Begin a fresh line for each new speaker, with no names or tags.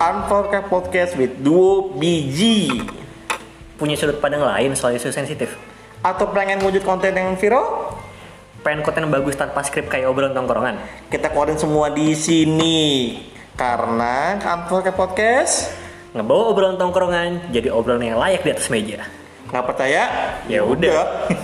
Unforcast Podcast with Duo BG
Punya sudut pandang lain soal isu sensitif.
Atau pengen wujud konten yang viral?
Pengen konten bagus tanpa skrip kayak obrolan tongkrongan.
Kita keluarin semua di sini Karena Unforcast Podcast
Ngebawa obrolan tongkrongan jadi obrolan yang layak di atas meja.
nggak percaya?
Ya udah.